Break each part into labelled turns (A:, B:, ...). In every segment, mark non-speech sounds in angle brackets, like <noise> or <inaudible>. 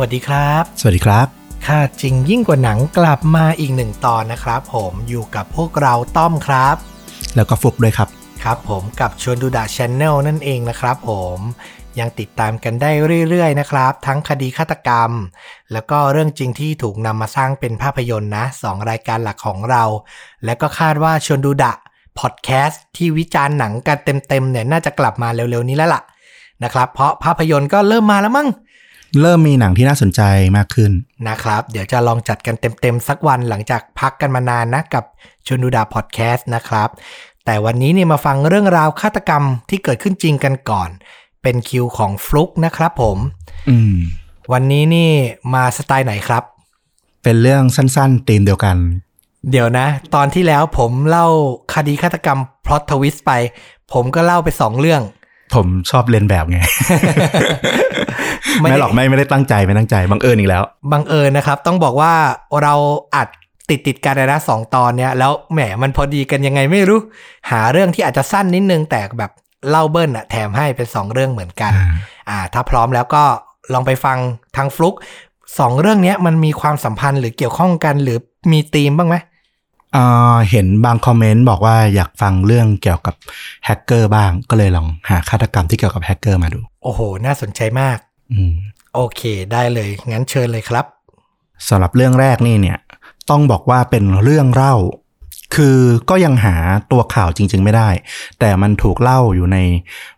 A: วัสดีครับ
B: สวัสดีครับ
A: ค่ะจริงยิ่งกว่าหนังกลับมาอีกหนึ่งตอนนะครับ ผมอยู่กับพวกเราต้อมครับ
B: แล้วก็ฟลุกด้วยครับ
A: ครับผมกับชวนดูดาชแนลนั่นเองนะครับผมยังติดตามกันได้เรื่อยๆนะครับ ทั้งคดีฆาตกรรม แล้วก็เรื่องจริงที่ถูกนำมาสร้างเป็นภาพยนตร์นะสองรายการหลักของเรา และก็คาดว่าชวนดูดะพอดแคสต์ที่วิจารณ์หนังกันเต็มๆเนี่ยน่าจะกลับมาเร็วๆนี้แล้วล่ะนะครับเพราะภาพยนตร์ก็เริ่มมาแล้วมั้ง
B: เริ่มมีหนังที่น่าสนใจมากขึ้น
A: นะครับ เดี๋ยวจะลองจัดกันเต็มๆ สักวันหลังจากพักกันมานานนะกับชวนดูดาพอดแคสต์นะครับ แต่วันนี้เนี่ยมาฟังเรื่องราวฆาตกรรมที่เกิดขึ้นจริงกันก่อน เป็นคิวของฟลุกนะครับผม
B: อืม
A: วันนี้นี่มาสไตล์ไหนครับ
B: เป็นเรื่องสั้นๆธีมเดียวกัน
A: เดี๋ยวนะ ตอนที่แล้วผมเล่าคดีฆาตกรรมพล็อตทวิสต์ไป ผมก็เล่าไปสองเรื่อง
B: ผมชอบเรียนแบบไง ไม่ <laughs> หรอกไม่ไม่ได้ตั้งใจไม่ตั้งใจบังเอิญอีกแล้ว
A: บังเอิญนะครับ ต้องบอกว่าเราอัดติดติดๆกันเลยนะสองตอนเนี้ยแล้วแหมมันพอดีกันยังไงไม่รู้ หาเรื่องที่อาจจะสั้นนิดนึงแต่แบบเล่าเบิ้ลอะแถมให้เป็นสองเรื่องเหมือนกัน อ่า ถ้าพร้อมแล้วก็ลองไปฟังทางฟลุกสองเรื่องเนี้ยมันมีความสัมพันธ์หรือเกี่ยวข้องกันหรือมีธีมบ้างไหม
B: อ่าเห็นบางคอมเมนต์บอกว่าอยากฟังเรื่องเกี่ยวกับแฮกเกอร์บ้างก็เลยลองหาฆาตกรรมที่เกี่ยวกับแฮกเกอร์มาดู
A: โอ้โห น่าสนใจมาก
B: อืม
A: โอเค ได้เลยงั้นเชิญเลยครับ
B: สำหรับเรื่องแรกนี่เนี่ยต้องบอกว่าเป็นเรื่องเล่า คือก็ยังหาตัวข่าวจริง ๆ ไม่ได้ แต่มันถูกเล่าอยู่ใน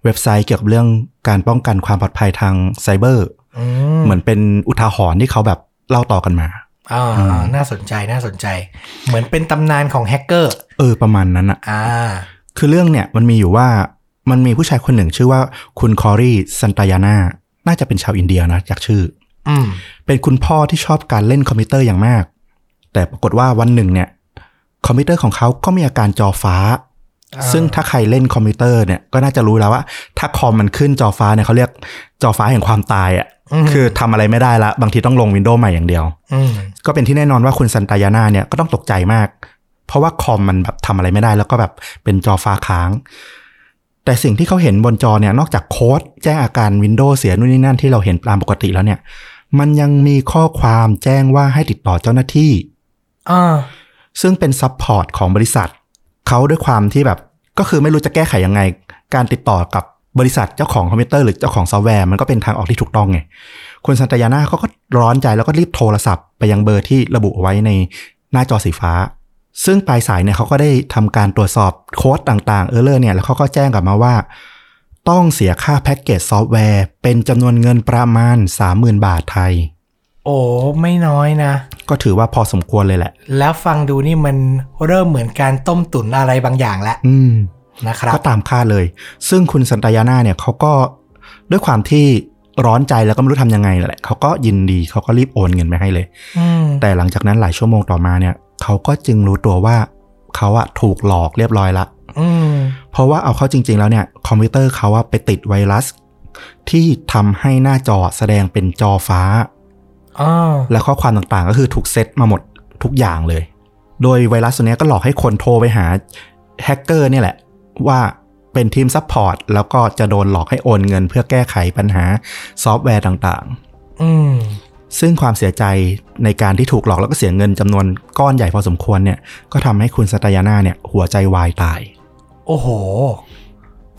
B: เว็บไซต์เกี่ยวกับเรื่องการป้องกันความปลอดภัยทางไซเบอร์
A: อื
B: เหมือนเป็นอุทาหรณ์ที่เขาแบบเล่าต่อกันมา
A: อ่าน่าสนใจน่าสนใจ เหมือนเป็นตำนานของแฮกเกอร์
B: เออประมาณนั้นอะ
A: อ่า
B: คือเรื่องเนี่ยมันมีอยู่ว่ามันมีผู้ชายคนหนึ่งชื่อว่าคุณคอรีซันตายาน่าน่าจะเป็นชาวอินเดียนะจากชื่อ
A: อืม
B: เป็นคุณพ่อที่ชอบการเล่นคอมพิวเตอร์อย่างมาก แต่ปรากฏว่าวันหนึ่งเนี่ย คอมพิวเตอร์ของเขาก็มีอาการจอฟ้า
A: อ่า
B: ซึ่งถ้าใครเล่นคอมพิวเตอร์เนี่ยก็น่าจะรู้แล้วว่า ถ้าคอมมันขึ้นจอฟ้าเนี่ยเขาเรียกจอฟ้าแห่งความตายอะ่ะ
A: อืม
B: คือทำอะไรไม่ได้ละบางทีต้องลงวินโดว์ใหม่อย่างเดียว
A: อืม
B: ก็เป็นที่แน่นอนว่าคุณซันตายาน่าเนี่ยก็ต้องตกใจมาก เพราะว่าคอมมันแบบทำอะไรไม่ได้แล้วก็แบบเป็นจอฟ้าค้าง แต่สิ่งที่เขาเห็นบนจอเนี่ยนอกจากโค้ดแจ้งอาการ Windows เสียนู่นนี่นั่นที่เราเห็นตามปกติแล้วเนี่ย มันยังมีข้อความแจ้งว่าให้ติดต่อเจ้าหน้าที่
A: อ่า
B: ซึ่งเป็นซัพพอร์ตของบริษัท เขาด้วยความที่แบบก็คือไม่รู้จะแก้ไขยังไง การติดต่อกับบริษัทเจ้าของคอมพิวเตอร์หรือเจ้าของซอฟต์แวร์มันก็เป็นทางออกที่ถูกต้องไง คุณซันตายาน่าเขาก็ร้อนใจแล้วก็รีบโทรศัพท์ไปยังเบอร์ที่ระบุเอาไว้ในหน้าจอสีฟ้า ซึ่งปลายสายเนี่ยเขาก็ได้ทำการตรวจสอบโค้ดต่างๆเออเลอร์เนี่ยแล้วเขาก็แจ้งกลับมาว่า ต้องเสียค่าแพ็กเกจซอฟต์แวร์ เป็นจำนวนเงินประมาณ 30,000 บาทไทย
A: โอ้ ไม่น้อยนะ
B: ก็ถือว่าพอสมควรเลยแหละ
A: แล้วฟังดูนี่มันเริ่มเหมือนการต้มตุ๋นอะไรบางอย่างแล้ว
B: อืม
A: นะครับ
B: ก็ตามคาดเลย ซึ่งคุณซันตายาน่าเนี่ยเขาก็ด้วยความที่ร้อนใจแล้วก็ไม่รู้ทำยังไงแหละเขาก็ยินดีเขาก็รีบโอนเงินไปให้เลย
A: อืม
B: แต่หลังจากนั้นหลายชั่วโมงต่อมาเนี่ยเขาก็จึงรู้ตัวว่าเขาอะถูกหลอกเรียบร้อยละ
A: อืม
B: เพราะว่าเอาเข้าจริง ๆ แล้วเนี่ยคอมพิวเตอร์เขาอะไปติดไวรัส ที่ทำให้หน้าจอแสดงเป็นจอฟ้า
A: อ่า
B: และข้อความต่างๆ ก็คือถูกเซตมาหมดทุกอย่างเลย โดยไวรัสตัวเนี้ยก็หลอกให้คนโทรไปหาแฮกเกอร์เนี่ยแหละ ว่าเป็นทีมซัพพอร์ตแล้วก็จะโดนหลอกให้โอนเงินเพื่อแก้ไขปัญหาซอฟต์แวร์ต่าง
A: อืม
B: ๆ ซึ่งความเสียใจในการที่ถูกหลอกแล้วก็เสียเงินจำนวนก้อนใหญ่พอสมควรเนี่ยก็ทำให้คุณสตายาน่าเนี่ยหัวใจวายตาย
A: โอ้โห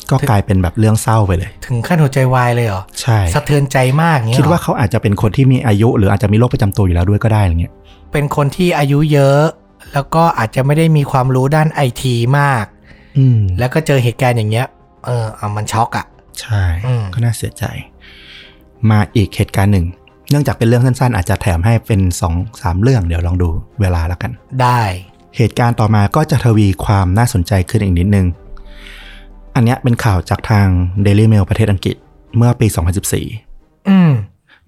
B: ก็กลายเป็นแบบเรื่องเศร้าไปเลย
A: ถึงขั้นหัวใจวายเลยเหรอ
B: ใช่
A: สะเทือนใจมากเงี้ย
B: คิดว่า
A: เหรอ
B: เขาอาจจะเป็นคนที่มีอายุ หรืออาจจะมีโรคประจำตัวอยู่แล้วด้วยก็ได้อะไรเงี้ย
A: เป็นคนที่อายุเยอะ แล้วก็อาจจะไม่ได้มีความรู้ด้านไอทีมาก
B: อืม
A: แล้วก็เจอเหตุการณ์อย่างเงี้ย เออเอามันช็อกอะ
B: ใช่
A: อืม
B: ก็น่าเสียใจ มาอีกเหตุการณ์หนึ่ง เนื่องจากเป็นเรื่องสั้นๆ อาจจะแถมให้เป็นสองสามเรื่องเดี๋ยวลองดูเวลาแล้วกัน
A: ได้
B: เหตุการณ์ต่อมาก็จะทวีความน่าสนใจขึ้นอีกนิดนึง อันเนี้ยเป็นข่าวจากทาง Daily Mail ประเทศอังกฤษเมื่อปี 2014
A: อืม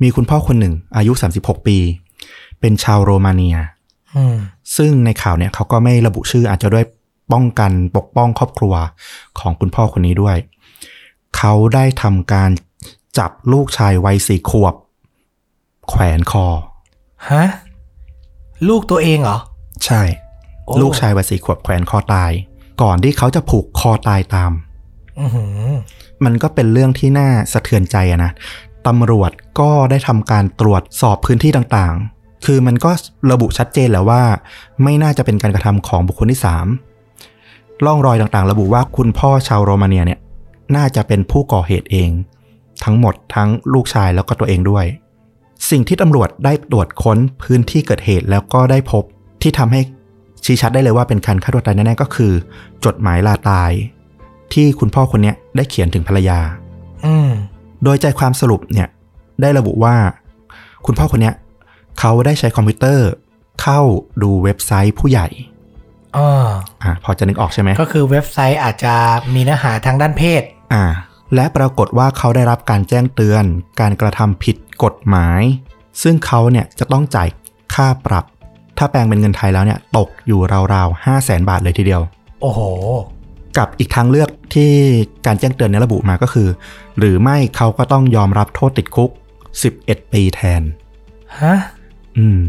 B: มีคุณพ่อคนหนึ่งอายุ 36 ปี เป็นชาวโรมาเนีย
A: อืม
B: ซึ่งในข่าวเนี่ยเขาก็ไม่ระบุชื่ออาจจะด้วยป้องกันปกป้องครอบครัวของคุณพ่อคนนี้ด้วย เขาได้ทำการจับลูกชายวัยสี่ขวบ แขวนคอ
A: ฮะ ลูกตัวเองเหรอ
B: ใช่
A: โอ้
B: ลูกชายวัยสี่ขวบแขวนคอตาย ก่อนที่เขาจะผูกคอตายตาม
A: อือหือ
B: มันก็เป็นเรื่องที่น่าสะเทือนใจอะนะ ตำรวจก็ได้ทำการตรวจสอบพื้นที่ต่างๆ คือมันก็ระบุชัดเจนแล้วว่า ไม่น่าจะเป็นการกระทำของบุคคลที่สามร่องรอยต่างๆ ระบุว่าคุณพ่อชาวโรมาเนียเนี่ย น่าจะเป็นผู้ก่อเหตุเอง ทั้งหมดทั้งลูกชายแล้วก็ตัวเองด้วย สิ่งที่ตำรวจได้ตรวจค้นพื้นที่เกิดเหตุแล้วก็ได้พบที่ทำให้ชี้ชัดได้เลยว่าเป็นการฆ่าตัวตายแน่ๆก็คือ จดหมายลาตาย ที่คุณพ่อคนเนี้ยได้เขียนถึงภรรยา
A: อืม
B: โดยใจความสรุปเนี่ยได้ระบุว่า คุณพ่อคนเนี้ยเขาได้ใช้คอมพิวเตอร์ เข้าดูเว็บไซต์ผู้ใหญ่
A: อ่า
B: อ่าพอจะนึกออกใช่ไหม
A: ก็คือเว็บไซต์อาจจะมีเนื้อหาทางด้านเพศ
B: อ่า และปรากฏว่าเขาได้รับการแจ้งเตือน การกระทำผิดกฎหมาย ซึ่งเขาเนี่ยจะต้องจ่ายค่าปรับ ถ้าแปลงเป็นเงินไทยแล้วเนี่ยตกอยู่ราวๆห้าแสนบาทเลยทีเดียว
A: โอ้โห
B: กับอีกทางเลือกที่การแจ้งเตือนเนยระบุมาก็คือ หรือไม่เขาก็ต้องยอมรับโทษติดคุก 11 ปีแทน
A: ฮะ
B: อืม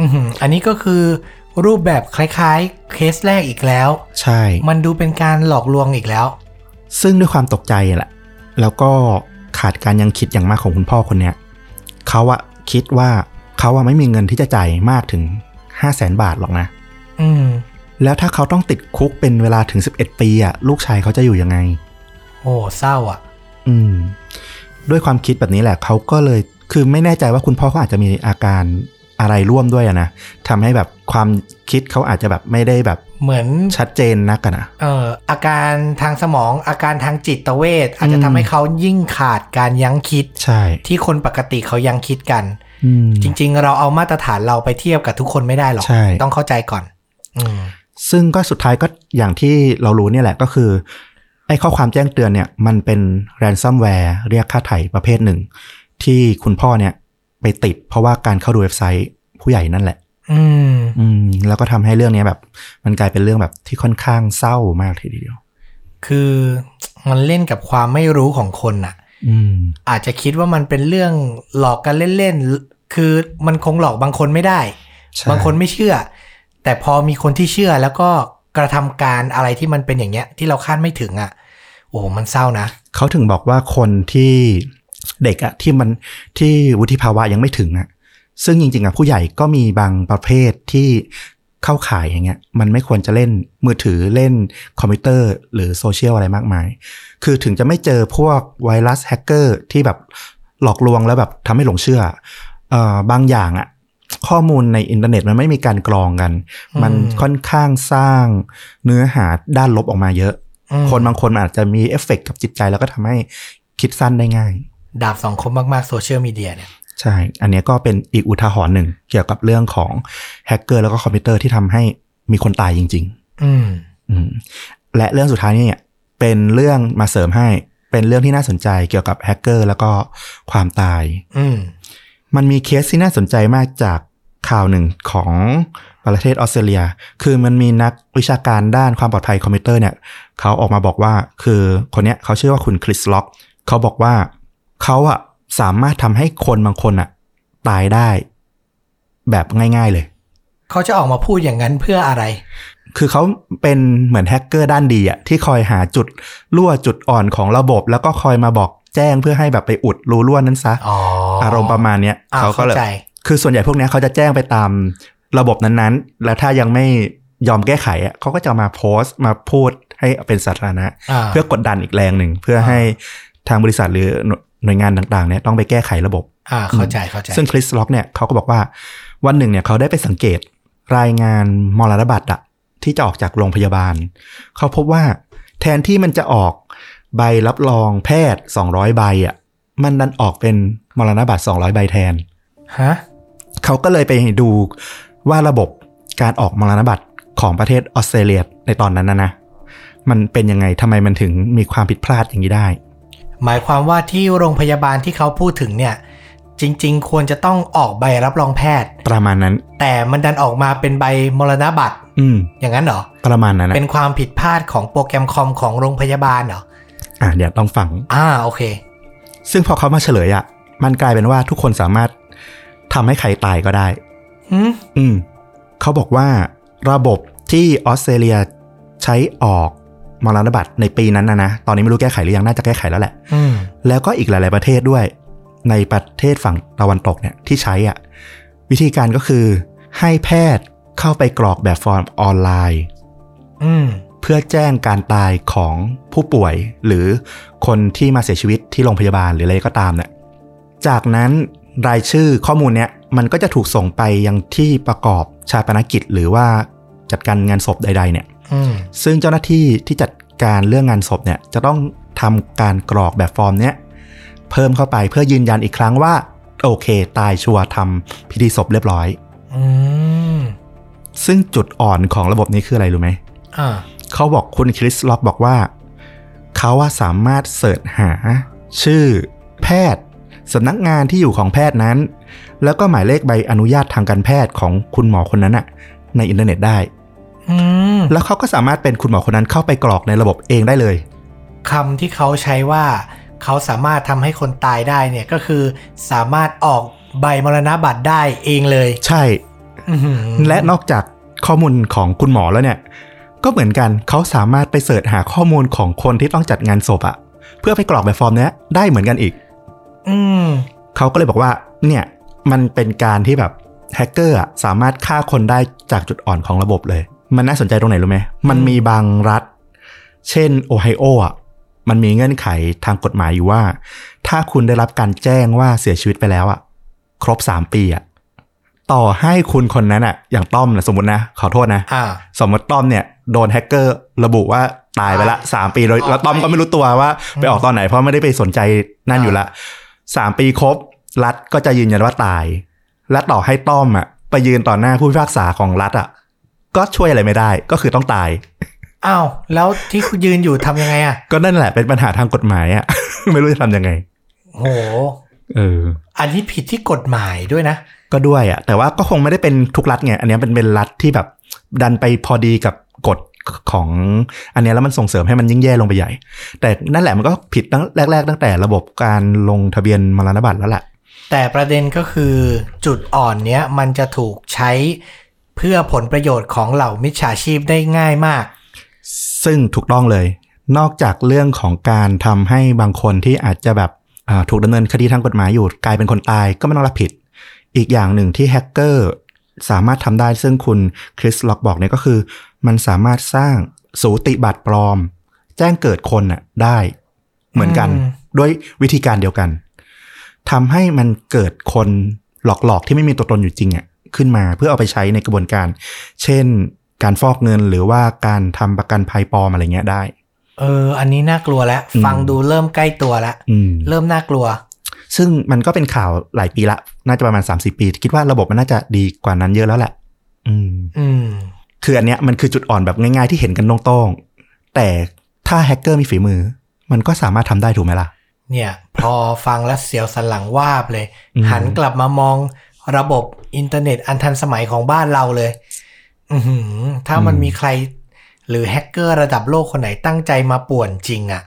A: อือหืออันนี้ก็คือรูปแบบคล้ายๆ เคสแรกอีกแล้ว
B: ใช่
A: มันดูเป็นการหลอกลวงอีกแล้ว
B: ซึ่งด้วยความตกใจแหละ แล้วก็ขาดการยังคิดอย่างมากของคุณพ่อคนเนี้ยเขาอะคิดว่าเขาอะไม่มีเงินที่จะจ่ายมากถึง 5 0 0แสนบาทหรอกนะ
A: อืม
B: แล้วถ้าเขาต้องติดคุกเป็นเวลาถึง 11 ปีอะลูกชายเขาจะอยู่ยังไง
A: โอ้เศร้าอ่ะ
B: อืม ด้วยความคิดแบบนี้แหละเขาก็เลย คือไม่แน่ใจว่าคุณพ่อเขาอาจจะมีอาการอะไรร่วมด้วยอะนะทำให้แบบความคิดเขาอาจจะแบบไม่ได้แบบ
A: เหมือน
B: ชัดเจนนักอะนะ
A: เอ่ออาการทางสมองอาการทางจิตเวชอาจจะทำให้เขายิ่งขาดการยั้งคิด
B: ใช่
A: ที่คนปกติเขายังคิดกัน
B: อืม
A: จริง ๆ เราเอามาตรฐานเราไปเทียบกับทุกคนไม่ได้หรอก
B: ใช่
A: ต้องเข้าใจก่อน อืม
B: ซึ่งก็สุดท้ายก็อย่างที่เรารู้เนี่ยแหละก็คือ ไอ้ข้อความแจ้งเตือนเนี่ย มันเป็นแรนซัมแวร์เรียกค่าไถ่ประเภทหนึ่ง ที่คุณพ่อเนี่ยไปติดเพราะว่าการเข้าดูเว็บไซต์ผู้ใหญ่นั่นแหละ
A: อืม
B: อืม แล้วก็ทำให้เรื่องเนี้ยแบบ มันกลายเป็นเรื่องแบบที่ค่อนข้างเศร้ามากทีเดียว
A: คือมันเล่นกับความไม่รู้ของคนน่ะ
B: อืม
A: อาจจะคิดว่ามันเป็นเรื่องหลอกกันเล่นๆ คือมันคงหลอกบางคนไม่ได้
B: ใช่
A: บางคนไม่เชื่อ แต่พอมีคนที่เชื่อแล้วก็กระทำการอะไรที่มันเป็นอย่างเงี้ย ที่เราคาดไม่ถึงอ่ะ โอ้โหมันเศร้านะ
B: เขาถึงบอกว่าคนที่เด็กอะที่มันที่วุฒิภาวะยังไม่ถึงอะซึ่งจริงๆอะผู้ใหญ่ก็มีบางประเภทที่เข้าข่ายอย่างเงี้ย มันไม่ควรจะเล่นมือถือเล่นคอมพิวเตอร์ หรือโซเชียลอะไรมากมาย คือถึงจะไม่เจอพวกไวรัสแฮกเกอร์ที่แบบหลอกลวงแล้วแบบทำให้หลงเชื่อเอ่อบางอย่างอะข้อมูลในอินเทอร์เน็ตมันไม่มีการกรองกัน มัน
A: อืม
B: ค่อนข้างสร้างเนื้อหาด้านลบออกมาเยอะ
A: อืม
B: คนบางคนมันอาจจะมีเอฟเฟกต์กับจิตใจแล้วก็ทำให้คิดสั้นได้ง่าย
A: ดาบสองคมมากๆโซเชียลมีเดียเนี่ย
B: ใช่ อันเนี้ยก็เป็นอีกอุทาหรณ์หนึ่ง เกี่ยวกับเรื่องของแฮกเกอร์แล้วก็คอมพิวเตอร์ที่ทำให้มีคนตายจริง
A: อืม
B: ๆ อืมและเรื่องสุดท้ายเนี่ยเป็นเรื่องมาเสริมให้เป็นเรื่องที่น่าสนใจเกี่ยวกับแฮกเกอร์แล้วก็ความตาย
A: อืม
B: มันมีเคสที่น่าสนใจมากจากข่าวหนึ่งของประเทศออสเตรเลีย คือมันมีนักวิชาการด้านความปลอดภัยคอมพิวเตอร์เนี่ย เขาออกมาบอกว่า คือคนเนี้ยเขาชื่อว่าคุณคริสล็อก เขาบอกว่าเขาอะสามารถทำให้คนบางคนอะตายได้ แบบง่ายๆเลย
A: เขาจะออกมาพูดอย่างนั้นเพื่ออะไร
B: คือเขาเป็นเหมือนแฮกเกอร์ด้านดีอะที่คอยหาจุดรั่วจุดอ่อนของระบบ แล้วก็คอยมาบอกแจ้งเพื่อให้แบบไปอุดรูรั่วนั้นซะ
A: อ๋อ
B: อารมณ์ประมาณเนี้ย
A: อ่
B: เขาก็
A: เข้า
B: เลย
A: ใจ
B: คือส่วนใหญ่พวกเนี้ยเขาจะแจ้งไปตามระบบนั้นๆ แล้วถ้ายังไม่ยอมแก้ไขอ่ะเขาก็จะมาโพสต์มาพูดให้เป็นสาธารณะ
A: อ่า
B: เพื่อกดดันอีกแรงหนึ่ง เพื่ออา ให้ทางบริษัทหรือหน่วยงานต่างๆเนี่ยต้องไปแก้ไขระบบ
A: อ่า เข้าใจเข้าใจ
B: ซึ่งคริสล็อกเนี่ยเขาก็บอกว่าวันหนึ่งเนี่ยเขาได้ไปสังเกตรายงานมรณบัตรอะที่จะออกจากโรงพยาบาล เขาพบว่าแทนที่มันจะออกใบรับรองแพทย์ 200 ใบอะมันดันออกเป็นมรณบัตร200 ใบแทน
A: ฮะ
B: เขาก็เลยไปดูว่าระบบการออกมรณบัตรของประเทศออสเตรเลียในตอนนั้นนะนะ มันเป็นยังไงทำไมมันถึงมีความผิดพลาดอย่างนี้ได้
A: หมายความว่าที่โรงพยาบาลที่เขาพูดถึงเนี่ย จริง ๆ ควรจะต้องออกใบรับรองแพทย์
B: ประมาณนั้น
A: แต่มันดันออกมาเป็นใบมรณบัตร
B: อืม
A: อย่างนั้นเหรอ
B: ประมาณนั้นนะ
A: เป็นความผิดพลาดของโปรแกรมคอมของโรงพยาบาลเหรอ
B: อ่ะเดี๋ยวต้องฟัง
A: อ่า โอเค
B: ซึ่งพอเขามาเฉลยอะ่ะ มันกลายเป็นว่าทุกคนสามารถทำให้ใครตายก็ได้
A: หืม
B: อืม เขาบอกว่าระบบที่ออสเตรเลียใช้ออกมรณบัตรในปีนั้นนะนะ ตอนนี้ไม่รู้แก้ไขหรือยังน่าจะแก้ไขแล้วแหละ
A: อืม
B: แล้วก็อีกหลาย ๆ ประเทศด้วย ในประเทศฝั่งตะวันตกเนี่ยที่ใช้อ่ะวิธีการก็คือให้แพทย์เข้าไปกรอกแบบฟอร์มออนไลน์
A: อืม
B: เพื่อแจ้งการตายของผู้ป่วย หรือคนที่มาเสียชีวิตที่โรงพยาบาลหรืออะไรก็ตามเนี่ยจากนั้นรายชื่อข้อมูลเนี้ยมันก็จะถูกส่งไปยังที่ประกอบชาปนกิจ หรือว่าจัดการงานศพใด ๆเนี่ย
A: อืม
B: ซึ่งเจ้าหน้าที่ที่จัดการเรื่องงานศพเนี่ยจะต้องทำการกรอกแบบฟอร์มเนี้ยเพิ่มเข้าไปเพื่อยืนยันอีกครั้งว่า โอเค ตายชัวร์ทำพิธีศพเรียบร้อย
A: อืม
B: ซึ่งจุดอ่อนของระบบนี้คืออะไรรู้ไหม
A: อ่า
B: เขาบอกคุณคริสล็อกบอกว่า เขาว่าสามารถเสิร์ชหา ชื่อ แพทย์สำนักงานที่อยู่ของแพทย์นั้น แล้วก็หมายเลขใบอนุญาตทางการแพทย์ของคุณหมอคนนั้นอะในอินเทอร์เน็ตได้
A: อืม
B: แล้วเขาก็สามารถเป็นคุณหมอคนนั้นเข้าไปกรอกในระบบเองได้เลย
A: คำที่เขาใช้ว่า เขาสามารถทำให้คนตายได้เนี่ยก็คือ สามารถออกใบมรณบัตรได้เองเลย
B: ใช่
A: อื้อหือ
B: และนอกจากข้อมูลของคุณหมอแล้วเนี่ย ก็เหมือนกันเขาสามารถไปเสิร์ชหาข้อมูลของคนที่ต้องจัดงานศพอะเพื่อไปกรอกแบบฟอร์มเนี้ยได้เหมือนกันอีก
A: อืม
B: เขาก็เลยบอกว่าเนี่ยมันเป็นการที่แบบแฮกเกอร์อะสามารถฆ่าคนได้จากจุดอ่อนของระบบเลย มันน่าสนใจตรงไหนรู้ไหมมันมีบางรัฐ เช่นโอไฮโออ่ะมันมีเงื่อนไขทางกฎหมายอยู่ว่า ถ้าคุณได้รับการแจ้งว่าเสียชีวิตไปแล้วอ่ะ ครบ 3 ปีอ่ะต่อให้คุณคนนั้นอ่ะ อย่างต้อมนะสมมตินะ ขอโทษนะ
A: อ่า
B: สมมติต้อมเนี่ยโดนแฮกเกอร์ระบุว่าตายไปละสามปีโดยแล้วต้อมก็ไม่รู้ตัวว่าไปออกตอนไหนเพราะไม่ได้ไปสนใจนั่นอยู่ละสามปีครบ รัฐก็จะยืนยันว่าตาย และต่อให้ต้อมอ่ะไปยืนต่อหน้าผู้พิพากษาของรัฐอ่ะก็ช่วยอะไรไม่ได้ก็คือต้องตาย
A: อ้าว แล้วที่คุณยืนอยู่ทำยังไงอ่ะ
B: ก็นั่นแหละเป็นปัญหาทางกฎหมายอ่ะ <laughs> ไม่รู้จะทำยังไง
A: โห
B: เออ
A: อันนี้ผิดที่กฎหมายด้วยนะ
B: ก็ด้วยอ่ะแต่ว่าก็คงไม่ได้เป็นทุกรัฐไงอันเนี้ยเป็นเป็นรัฐที่แบบดันไปพอดีกับกฎของอันเนี้ยแล้วมันส่งเสริมให้มันยิ่งแย่ลงไปใหญ่ แต่นั่นแหละมันก็ผิดตั้งแรก ๆ ตั้งแต่ระบบการลงทะเบียนมรณบัตรแล้วแหละ
A: แต่ประเด็นก็คือจุดอ่อนเนี้ยมันจะถูกใช้เพื่อผลประโยชน์ของเหล่ามิจฉาชีพได้ง่ายมาก
B: ซึ่งถูกต้องเลย นอกจากเรื่องของการทำให้บางคนที่อาจจะแบบอ่าถูกดำเนินคดีทางกฎหมายอยู่กลายเป็นคนตายก็ไม่ต้องรับผิด อีกอย่างหนึ่งที่แฮกเกอร์สามารถทำได้ซึ่งคุณคริสล็อกบอกเนี่ยก็คือ มันสามารถสร้างสูติบัตรปลอม แจ้งเกิดคนน่ะได้เหมือนกัน
A: อืม
B: ด้วยวิธีการเดียวกันทำให้มันเกิดคนหลอกๆ ที่ไม่มีตัวตนอยู่จริงอ่ะขึ้นมาเพื่อเอาไปใช้ในกระบวนการ เช่น การฟอกเงินหรือว่าการทำประกันภัยปลอมอะไรเงี้ยได้
A: เออ อันนี้น่ากลัวแล้ว
B: อืม
A: ฟังดูเริ่มใกล้ตัวแล้ว
B: อืม
A: เริ่มน่ากลัว
B: ซึ่งมันก็เป็นข่าวหลายปีละ น่าจะประมาณ 30 ปี คิดว่าระบบมันน่าจะดีกว่านั้นเยอะแล้วแหละ อืม
A: อืม
B: คืออันเนี้ยมันคือจุดอ่อนแบบง่ายๆที่เห็นกันตรงๆแต่ถ้าแฮกเกอร์มีฝีมือ มันก็สามารถทำได้ถูกไหมล่ะ
A: เนี่ย พอฟังแล้วเสียวสันหลังวาบเลย
B: อืม
A: หันกลับมามองระบบอินเทอร์เน็ตอันทันสมัยของบ้านเราเลย อือหือ ถ้ามันมีใคร หรือแฮกเกอร์ระดับโลกคนไหนตั้งใจมาป่วนจริงอ่ะ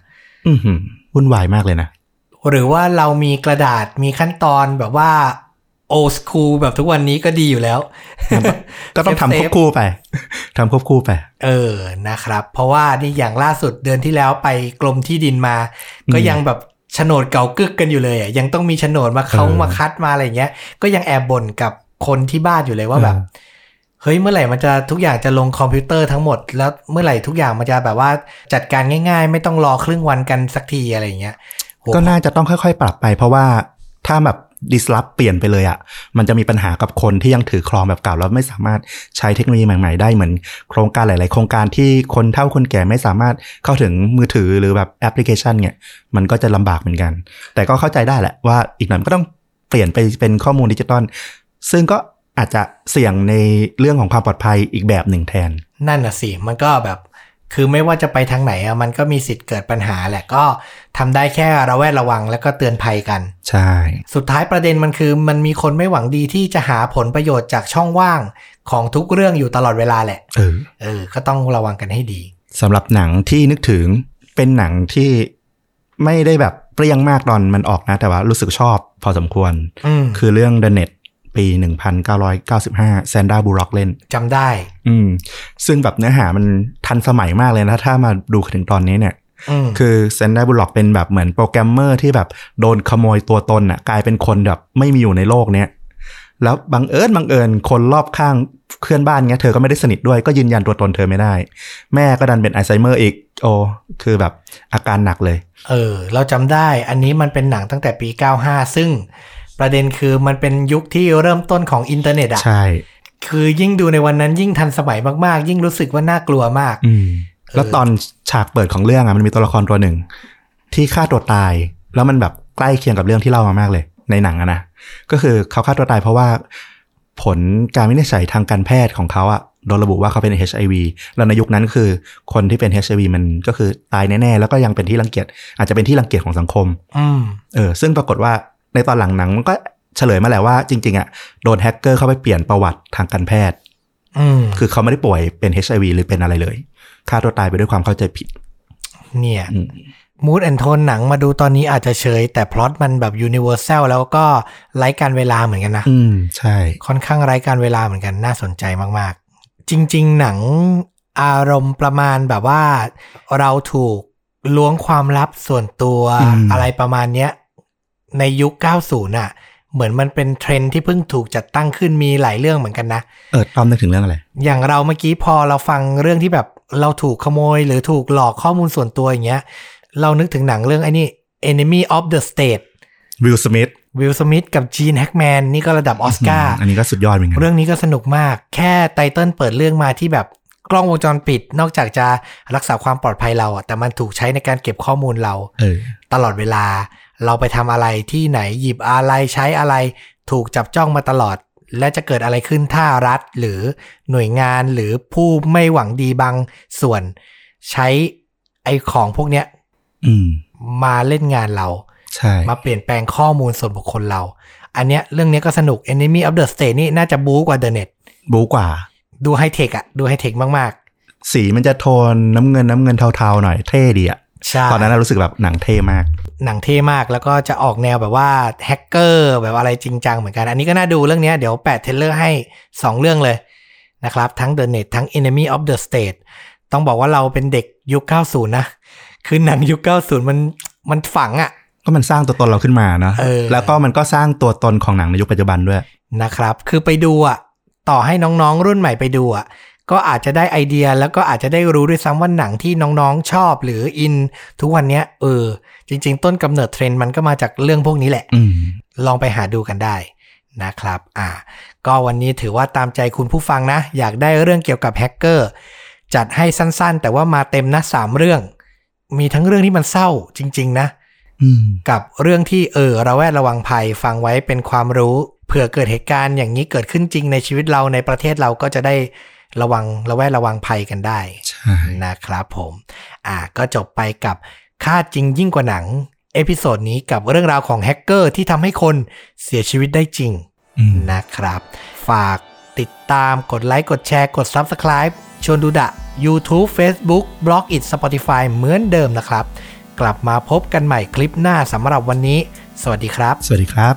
B: อือหือวุ่นวายมากเลยนะ
A: หรือว่าเรามีกระดาษมีขั้นตอนแบบว่าโอสคูลแบบทุกวันนี้ก็ดีอยู่แล้ว
B: ก็ต้องทำควบคู่ไป <laughs> ทำควบคู่ไป
A: เออนะครับ เพราะว่านี่อย่างล่าสุดเดือนที่แล้วไปกรมที่ดินมา ก็
B: อืม
A: ยังแบบโฉนดเก่ากึกกันอยู่เลยอ่ะยังต้องมีโฉนดมาเขา
B: เออ
A: มาคัดมาอะไรอย่างเงี้ย ก็ยังแอบบ่นกับคนที่บ้านอยู่เลยว่าแบบ
B: เออ
A: เฮ้ยเมื่อไหร่มันจะทุกอย่างจะลงคอมพิวเตอร์ทั้งหมด แล้วเมื่อไหร่ทุกอย่างมันจะแบบว่าจัดการง่าย ๆ ไม่ต้องรอครึ่งวันกันสักทีอะไรอย่างเงี้ยโห
B: ก็น่าจะต้องค่อยๆ ปรับไป เพราะว่าถ้าแบบดิสล p เปลี่ยนไปเลยอะ่ะ มันจะมีปัญหากับคนที่ยังถือครองแบบเก่า แล้วไม่สามารถใช้เทคโนโลยีใหม่ๆ ได้เหมือนโครงการหลาย ๆ โครงการที่คนเฒ่าคนแก่ไม่สามารถเข้าถึงมือถือหรือแบบแอปพลิเคชันเนี่ย มันก็จะลำบากเหมือนกัน แต่ก็เข้าใจได้แหละว่าอีกหน่อยมันก็ต้องเปลี่ยนไปเป็นข้อมูลดิจิตอลซึ่งก็อาจจะเสี่ยงในเรื่องของความปลอดภัยอีกแบบหนึ่งแทน
A: นั่นน่ะสิ มันก็แบบ คือไม่ว่าจะไปทางไหนอะมันก็มีสิทธิ์เกิดปัญหาแหละ ก็ทำได้แค่ระแวดระวังแล้วก็เตือนภัยกัน
B: ใช่
A: สุดท้ายประเด็นมันคือมันมีคนไม่หวังดีที่จะหาผลประโยชน์จากช่องว่างของทุกเรื่องอยู่ตลอดเวลาแหละ
B: เออ
A: เออ ก็ต้องระวังกันให้ดี
B: สำหรับหนังที่นึกถึงเป็นหนังที่ไม่ได้แบบเปรี้ยงมากตอนมันออกนะ แต่ว่ารู้สึกชอบพอสมควร
A: อืม
B: คือเรื่อง The Net ปี 1995แซนด้าบูล็อกเล่น
A: จำได้
B: อืมซึ่งแบบเนื้อหามันทันสมัยมากเลยนะ ถ้ามาดูถึงตอนนี้เนี่ย
A: อืม
B: คือเซนไดบุลล็อกเป็นแบบเหมือนโปรแกรมเมอร์ที่แบบโดนขโมยตัวตนน่ะกลายเป็นคนแบบไม่มีอยู่ในโลกเนี้ยแล้วบังเอิญบังเอิญคนรอบข้างเพื่อนบ้านเงี้ยเธอก็ไม่ได้สนิทด้วยก็ยืนยันตัวตนเธอไม่ได้ แม่ก็ดันเป็นไอไซเมอร์อีก โอ้คือแบบอาการหนักเลย
A: เออ เราจำได้อันนี้มันเป็นหนังตั้งแต่ปี 95 ซึ่ง ประเด็นคือมันเป็นยุคที่เริ่มต้นของอินเทอร์เน็ตอะ
B: ใช่
A: คือยิ่งดูในวันนั้นยิ่งทันสมัยมาก ๆ ยิ่งรู้สึกว่าน่ากลัวมาก
B: อืมแล้วตอนฉากเปิดของเรื่องอ่ะมันมีตัวละครตัวหนึ่ง ที่ฆ่าตัวตาย แล้วมันแบบใกล้เคียงกับเรื่องที่เล่ามามากเลย ในหนังอะนะก็คือเขาฆ่าตัวตายเพราะว่า ผลการวินิจฉัยทางการแพทย์ของเขาอะโดนระบุว่าเขาเป็น HIV แล้วในยุคนั้นคือ คนที่เป็น HIV มันก็คือตายแน่ๆ แล้วก็ยังเป็นที่รังเกียจอาจจะเป็นที่รังเกียจของสังคม
A: อืม
B: เออซึ่งปรากฏว่าในตอนหลังหนังมันก็เฉลยมาแหล้วว่าจริงๆอะโดนแฮกเกอร์เข้าไปเปลี่ยนประวัติทางการแพทย์
A: อืม
B: คือเขาไม่ได้ป่วยเป็น HIV หรือเป็นอะไรเลยฆ่าตัวตายไปด้วยความเข้าใจผิด
A: เนี่ย
B: อืม
A: มูดแอนโทนหนังมาดูตอนนี้อาจจะเฉย แต่พล็อตมันแบบยูนิเวอร์แซลแล้วก็ไร้การเวลาเหมือนกันนะ
B: อืม ใช่
A: ค่อนข้างไร้การเวลาเหมือนกันน่าสนใจมาก ๆ จริง ๆ หนังอารมณ์ประมาณแบบว่า เราถูกล้วงความลับส่วนตัว
B: อืม
A: อะไรประมาณเนี้ย ในยุค 90น่ะ เหมือนมันเป็นเทรนด์ที่เพิ่งถูกจัดตั้งขึ้นมีหลายเรื่องเหมือนกันนะ
B: เออตอมนึกถึงเรื่องอะไร
A: อย่างเราเมื่อกี้พอเราฟังเรื่องที่แบบเราถูกขโมยหรือถูกหลอกข้อมูลส่วนตัวอย่างเงี้ย เรานึกถึงหนังเรื่องไอ้นี่ Enemy of the State
B: วิลสมิธ
A: วิลสมิธกับจีนแฮกแมนนี่ก็ระดับออสการ์
B: อันนี้ก็สุดยอดเหมือนกัน
A: เรื่องนี้ก็สนุกมาก แค่ไตเติ้ลเปิดเรื่องมาที่แบบกล้องวงจรปิด นอกจากจะรักษาความปลอดภัยเราอะแต่มันถูกใช้ในการเก็บข้อมูลเรา
B: เออ
A: ตลอดเวลา เราไปทำอะไรที่ไหนหยิบอะไรใช้อะไร ถูกจับจ้องมาตลอด และจะเกิดอะไรขึ้นถ้ารัฐหรือหน่วยงานหรือผู้ไม่หวังดีบางส่วน ใช้ไอ้ของพวกเนี้ย
B: อืม
A: มาเล่นงานเรา
B: ใช่
A: มาเปลี่ยนแปลงข้อมูลส่วนบุคคลเรา อันเนี้ยเรื่องเนี้ยก็สนุก Enemy of the State นี่น่าจะบู๊กว่า The Net
B: บูกว่า
A: ดูไฮเทคอะดูไฮเทคมาก
B: สีมันจะโทนน้ำเงินน้ำเงินเทาๆหน่อยเท่ดีอะ
A: ๆใช่
B: ตอนนั้นเรารู้สึกแบบหนังเท่มาก
A: หนังเท่มากแล้วก็จะออกแนวแบบว่าแฮกเกอร์แบบอะไรจริงจังเหมือนกัน อันนี้ก็น่าดูเรื่องเนี้ยเดี๋ยวแปะเทรลเลอร์ให้ 2 เรื่องเลยนะครับ ทั้ง The Net ทั้ง Enemy of the State ต้องบอกว่าเราเป็นเด็กยุค 90 นะ คือหนังยุค 90 มันมันฝังอะ
B: ก็มันสร้างตัวตนเราขึ้นมานะ
A: เออ
B: แล้วก็มันก็สร้างตัวตนของหนังในยุคปัจจุบันด้วย
A: นะครับ คือไปดูอ่ะ ต่อให้น้องๆ รุ่นใหม่ไปดูอ่ะ ก็อาจจะได้ไอเดียแล้วก็อาจจะได้รู้ด้วยซ้ำว่าหนังที่น้องๆ ชอบหรืออิน ทุกวันเนี้ยเออ จริงๆ ต้นกำเนิดเทรนด์มันก็มาจากเรื่องพวกนี้แหละ
B: อืม
A: ลองไปหาดูกันได้นะครับ อ่า ก็วันนี้ถือว่าตามใจคุณผู้ฟังนะ อยากได้เรื่องเกี่ยวกับแฮกเกอร์ จัดให้สั้นๆ แต่ว่ามาเต็มนะสามเรื่อง มีทั้งเรื่องที่มันเศร้าจริง ๆ นะ
B: อืม
A: กับเรื่องที่เออระแวดระวังภัยฟังไว้เป็นความรู้ เผื่อเกิดเหตุการณ์อย่างนี้เกิดขึ้นจริงในชีวิตเราในประเทศเราก็จะได้ระวังระแวดระวังภัยกันได้
B: ใช่
A: นะครับผม อ่าก็จบไปกับค่าจริงยิ่งกว่าหนัง เอพิโซดนี้กับเรื่องราวของแฮกเกอร์ที่ทำให้คนเสียชีวิตได้จริง
B: อืม
A: นะครับ ฝากติดตามกดไลค์ กดแชร์ กด Subscribe ชวนดูดะ YouTube Facebook b l o g i t Spotify เหมือนเดิมนะครับ กลับมาพบกันใหม่คลิปหน้าสำหรับวันนี้ สวัสดีครับ
B: สวัสดีครับ